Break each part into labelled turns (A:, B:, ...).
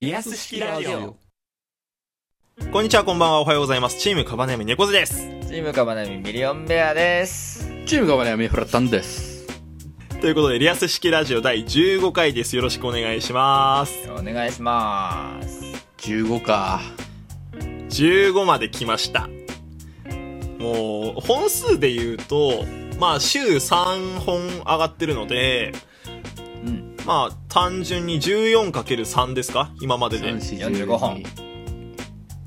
A: リアス式ラジオ
B: こんにちは、こんばんは、おはようございます。チームカバネミ猫背です。
C: チームカバナミミリオンベアです。
A: チームが笑い見フラタンです
B: ということで、リアス式ラジオ第15回です。よろしくお願いします。
C: お願いします。
A: 15か
B: 15まで来ました。もう、本数で言うと、まあ、週3本上がってるので、
A: うん
B: まあ、単純に 14×3 ですか今までで。
C: 45本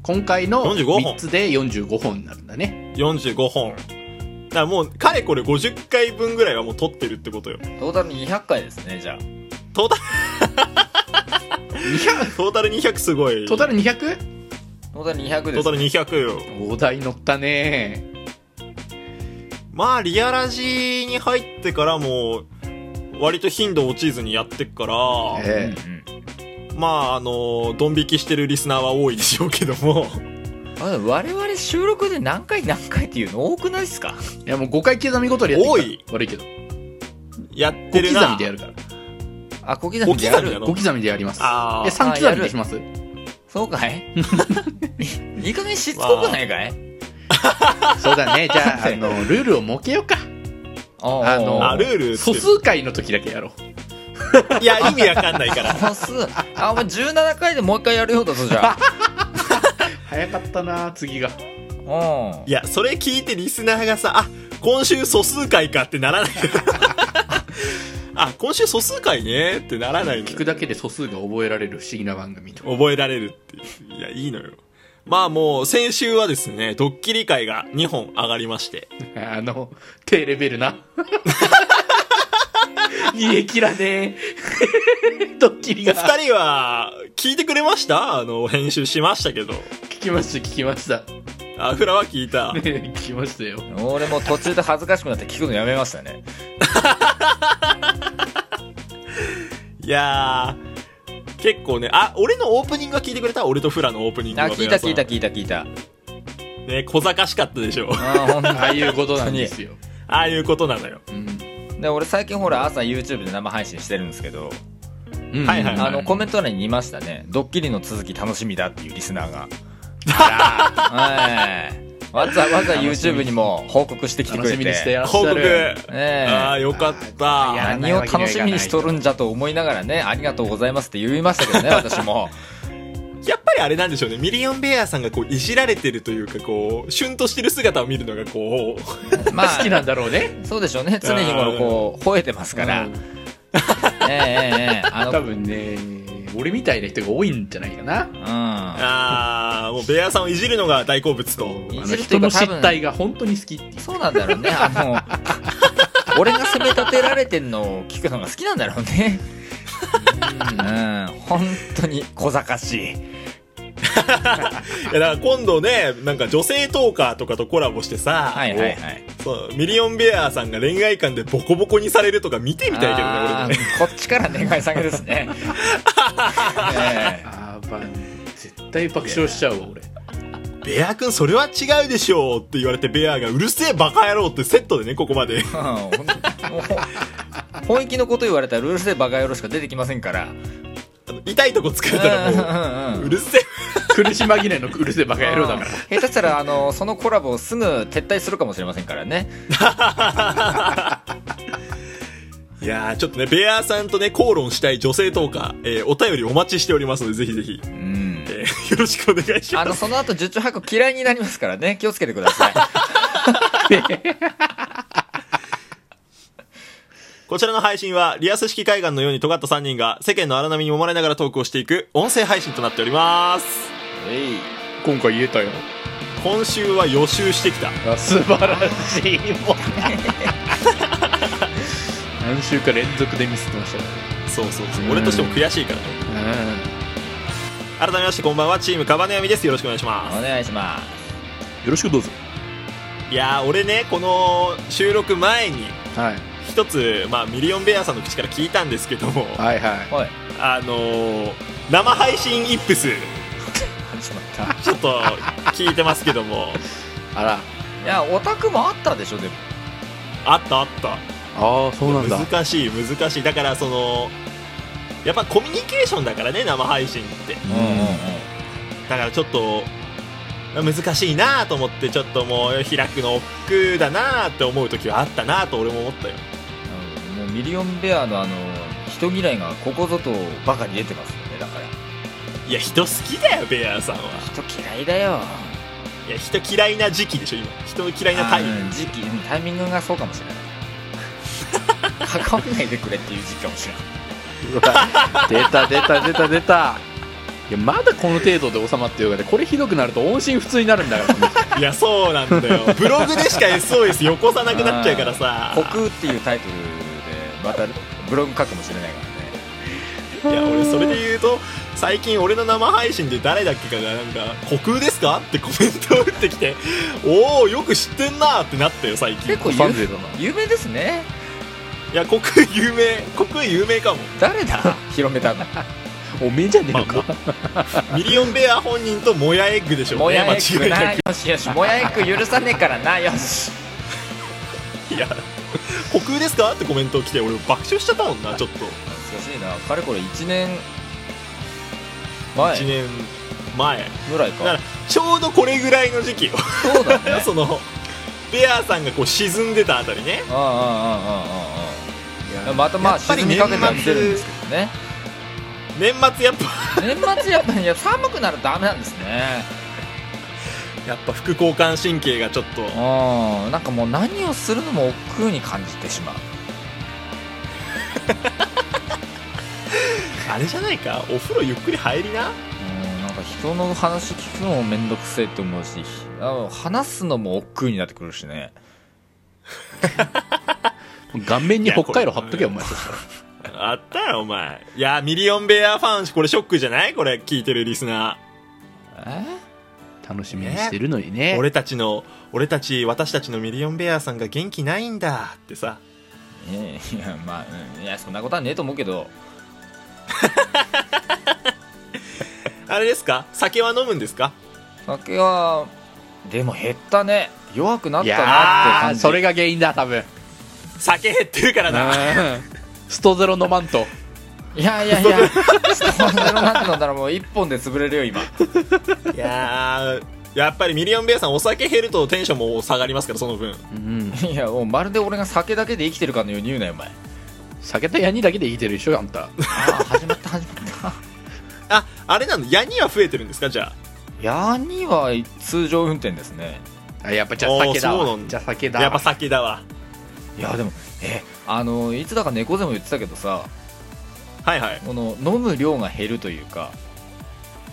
A: 今回の
B: 45本
A: 3つで45本になるんだね
B: 45本。だからもう、かれこれ50回分ぐらいはもう撮ってるってことよ。
C: トータル200回ですね、じゃあ。
B: トータル、
A: 200
B: トータル200すごい。
A: トータル 200?
C: トータル200です。
B: トータル200よ。
A: お題乗ったね
B: まあ、リアラジーに入ってからも、割と頻度落ちずにやってっから、
A: え
B: まあ、あの、ドン引きしてるリスナーは多いでしょうけど も、
C: あ我々収録で何回何回っていうの多くないですか
A: えいやもう5回刻みごとにやって
B: 多い
A: くから悪いけど
B: やってる
A: 5
B: な。
A: 刻みでやるから
C: あ、小刻みでや
B: 小刻みな
C: る
B: の。
A: 5刻みでやります
B: あ
A: え
B: ー
A: 3刻みでします
C: そうかいいい加減しつこくないかい
A: そうだね じゃああのルールを設けようか
C: あ
A: あの
B: あ、ルールって
A: 素数回の時だけやろう
B: いや、意味わかんないから。
C: 本数。あ、お前17回でもう一回やるようだぞ、じゃあ。
A: 早かったな次が
C: うん
B: い。や、それ聞いてリスナーがさ、あ、今週素数回かってならない。 あ、今週素数回ねってならないの
A: 聞くだけで素数が覚えられる不思議な番組と
B: 覚えられるっていう。いや、いいのよ。まあもう、先週はですね、ドッキリ回が2本上がりまして。
A: あの、低レベルな。煮え切らねえ。ドッキリ
B: お
A: が。
B: 二
A: 聞
B: 人は、聞いてくれましたあの、編集しましたけど。
A: きました、聞きました。
B: あ、フラは聞いた。
A: 聞きましたよ。
C: 俺も途中で恥ずかしくなって聞くのやめましたね。
B: いやー、結構ね、あ、俺のオープニングは聞いてくれた俺とフラのオープニング
C: あ、
B: は。
C: 聞いた聞いた聞
B: 皆
C: いた聞いた。
B: さん。ね、小賢しかったでしょ。
C: あ、ほんと
A: ああいうことなんですよ。
B: ああいうことなのよ。
A: うん。
C: で俺最近ほら朝 YouTube で生配信してるんですけど、
A: うん
B: はいはいはい
C: あのコメント欄にいましたね「ドッキリの続き楽しみだ」っていうリスナー がはいわざわざ YouTube にも報告してきてく
A: 楽
C: れ
A: してみにしてやらせ
B: 報
A: てや
B: 告。
A: る。
C: え
B: ああ、
C: え
B: よかっ
A: あーいや
B: た。
C: 何を楽しみにしとるんじゃと思いながらねありがとうございますって言いました けどね私も
B: やっぱりあれなんでしょうね。ミリオンベアさんがこう、いじられてるというか、こう、シュンとしてる姿を見るのがこ う、
C: まあ
A: 好きなんだろうね。
C: そうでしょうね常日頃こう吠えてますから、
A: うん
C: ええええええあ
A: 多
C: の
A: 分ね、俺みたいな人が多いんじゃないかな。
C: う
B: ああ、もうベアさんをいじるのが大好物と。
A: あ
C: い
A: の
C: じるとい
A: 人
C: うか
A: の
C: 多分
A: 失態が本当に好きっていうん
C: そうなんだろうねあの俺が責め立てられてんのを聞くのが好きなんだろうねうん、本当に小賢しい。
B: いやだから今度ね、なんか女性トーカーとかとコラボしてさ、
C: はいはいはい。
B: そうミリオンベアさんが恋愛観でボコボコにされるとか見てみたいけどね、俺
C: あ
B: も
C: ー
B: ね。
C: こっちから願い下げですね。ね
A: あーば絶対爆笑しちゃうわ、俺。
B: ベア君それは違うでしょうって言われてベアがうるせえバカ野郎ってセットでね、ここま
C: え
B: で。
C: うんほんもうほ本気のこと言われたらルール性バカ野郎しか出てきませんから。
B: あの痛いとこ疲れたらも
C: うんうん
B: う、
C: う
B: うんるせえ。
A: 苦し紛れのうるせえバカ野郎だから。
C: 下手したら、あの、そのコラボをすぐ撤退するかもしれませんからね。
B: いやー、ちょっとね、ベアさんとね、口論したい女性トーカー、えーお便りお待ちしておりますので、ぜひぜひ、
C: うん
B: え。ーよろしくお願いし
C: あ
B: ま
C: の、
B: す。
C: その後、十中八個嫌いになりますからね。気をつけてください。
B: こちらの配信は、リアス式海岸のように尖った3人が、世間の荒波に揉まれながらトークをしていく、音声配信となっております。
C: えい
A: 今回言えたよ。
B: 今週は予習してきた。
A: あ素晴らしいもう 何週か連続でミスってましたか
B: そうそうそうう。
A: ん
B: 俺としても悔しいからね。
A: らね
B: 改めましてこんばんはチームカバネアミですよろしくお願いしま
C: お願いします。
A: よろしくどうぞ
B: すいやー俺ねこの収録前に
A: はい
B: 一つ、まあ、ミリオンベアさんの口から聞いたんですけども
A: はいはい
C: おい。
B: あのー、生配信イップス
C: 始まった。
B: ちょっと聞いてますけど も
A: あら
C: いや、オタクもあったでしょ、でも。
B: あったあった
A: ああそうなんだ
B: 難しい難しいだからそのやっぱコミュニケーションだからね生配信って
C: うんうんうん
B: だからちょっと難しいなと思ってちょっともう開くの億劫だなって思う時はあったなと俺も思ったよ
C: あのもうミリオンベアのあの人嫌いがここぞとばかり出てますよねだから
B: いや人好きだよベアーさんは
C: 人嫌いだよ
B: いや人嫌いな時期でしょ今人嫌いなタイミン
C: あー
B: グ
C: 時期うんタイミングがそうかもしれない関わんないでくれっていう時期かもしれないう
A: わ出た出た出た出たいやまだこの程度で収まってようがねこれひどくなると音信不通になるんだからね
B: いやそうなん だよブログでしか SOS よこさなくなっちゃうからさ
C: 「国」っていうタイトルでまたブログ書くかもしれないからね
B: いや俺それで言うと最近俺の生配信で誰だっけかがなんか「虚空ですか?」ってコメントを打ってきて「おおよく知ってんな」ってなったよ最近
C: 結構
A: サンデ
C: 有
A: ーだな
C: 有名ですね
B: いや虚空有名虚空有名かも
C: 誰だ広めたの
A: おめえじゃねえのか、
B: まミリオンベア本人とモヤエッグでしょうね
C: もやえっ
B: 間違
C: く
B: いな
C: なよしよしもやえっく許さねえからなよし
B: くいや虚空ですかってコメント来て俺爆笑しちゃったもんなちょっと
C: 懐かしいなかれこれ1年前
B: 1年前
C: ぐらい
B: だから
C: か
B: ちょうどこれぐらいの時期よ
C: そうだ ね
B: そのベアさんがこう沈んでたあたりね
C: うんうんうんうんうんうんまたまあ
B: やっぱり
C: 沈みかけては来てるんですけどね
B: 年末やっぱ
C: 年末やっぱりいや寒くなるとダメなんですね
B: やっぱ副交感神経がちょっと
C: うんなんかもう何をするのも億劫に感じてしまう
B: あれじゃないかお風呂ゆっくり入りな
C: うんなんか人の話聞くのもめんどくせえって思うしあの話すのも億劫になってくるしね
A: 顔面に北海道貼っとけよお前そしたら
B: あったらお前いやミリオンベアファンこれショックじゃないこれ聞いてるリスナ
C: え
A: 楽しみにしてるのにね
B: ー俺たちの俺たち私たちのミリオンベアさんが元気ないんだってさ
C: えいやまあ、うんいやそんなことはねえと思うけど
B: あれですか酒は飲むんですか
C: 酒はでも減ったね弱くなっ
A: い
C: た
A: や
C: なって
A: ー
C: 感じ
A: それが原因だ多分
B: 酒減ってるからな
A: ストゼロ飲まんと
C: いやいやいやそんなのなんて飲んだらもう1本で潰れるよ今
B: いやーやっぱりミリオンベアさんお酒減るとテンションも下がりますからその分
A: うん
C: いやもうまるで俺が酒だけで生きてるかのように言うなよお前
A: 酒とヤニだけで生きてるでしょあんた
C: ああ始まった始まっ
B: ああれなのヤニは増えてるんですかじゃ
C: たヤニは通常運転ですね
A: あやっぱじゃあ酒だ
B: おーそうな
A: わ
B: んだ
A: じゃあ酒
B: あ
A: だ
B: やっぱ
A: わ
B: 酒だわ
C: いやでもえあのいつだか猫背も言ってたけどさ
B: はいはい
C: この飲む量が減るというか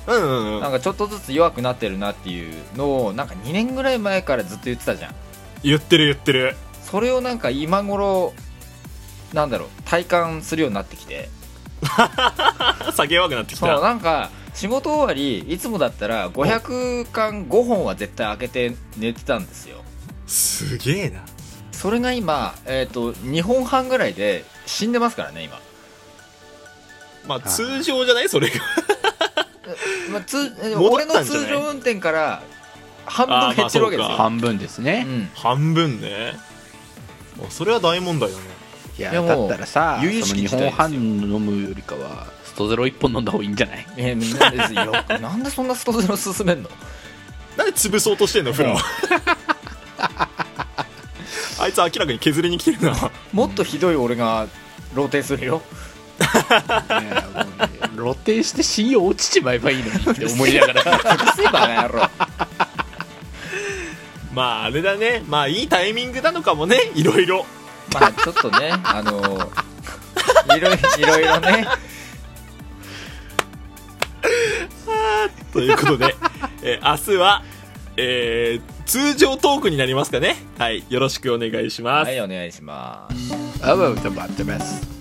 B: うんうんう
C: なん
B: ん
C: かちょっとずつ弱くなってるなっていうのをなんか2年ぐらい前からずっと言ってたじゃん
B: 言ってる言ってる
C: それをなんか今頃なんだろう体感するようになってきて
B: 酒弱くなってき
C: そ
B: た
C: うなんか仕事終わりいつもだったら500缶5本は絶対開けて寝てたんですよ
B: すげえな
C: それが今、えー、と2本半ぐらいで死んでますからね今、
B: まあ
A: はい
B: 通常じゃないそれが
C: まあ、通え
B: 戻
C: 俺
B: った
C: の
B: んじゃない
C: 通常運転から半分減ってるわけです
B: あー
C: よ、
B: ま
A: 半分です
C: う
A: ね
C: ん、
B: 半分ねあそれは大問題だね
A: いや
C: いやも
A: だ
C: う
A: ったらさ
C: 由々しき
A: 日
C: 事態で
A: 本
C: すよ
A: 半飲むよりかはストゼロ1本飲んだ方がいいんじゃない
C: えーなんですよ なんでそんなストゼロ進めんの
B: なんで潰そうとしてんの風呂
C: う ん
B: あいつ明らかに削りに来てるな
C: もっとひどい俺がローテするよ
A: いやもうね露呈して信用落ちちまえばいいのにって思いなが ら
C: 隠せばな野郎
B: まああれだねまあいいタイミングなのかもねいろいろ
C: まあちょっとねあのーいろいいろいろね
B: ということで、えー明日は、えー通常トークになりますかねはいよろしくお願いします、
C: はいお願いします
A: あまあまあまあまあ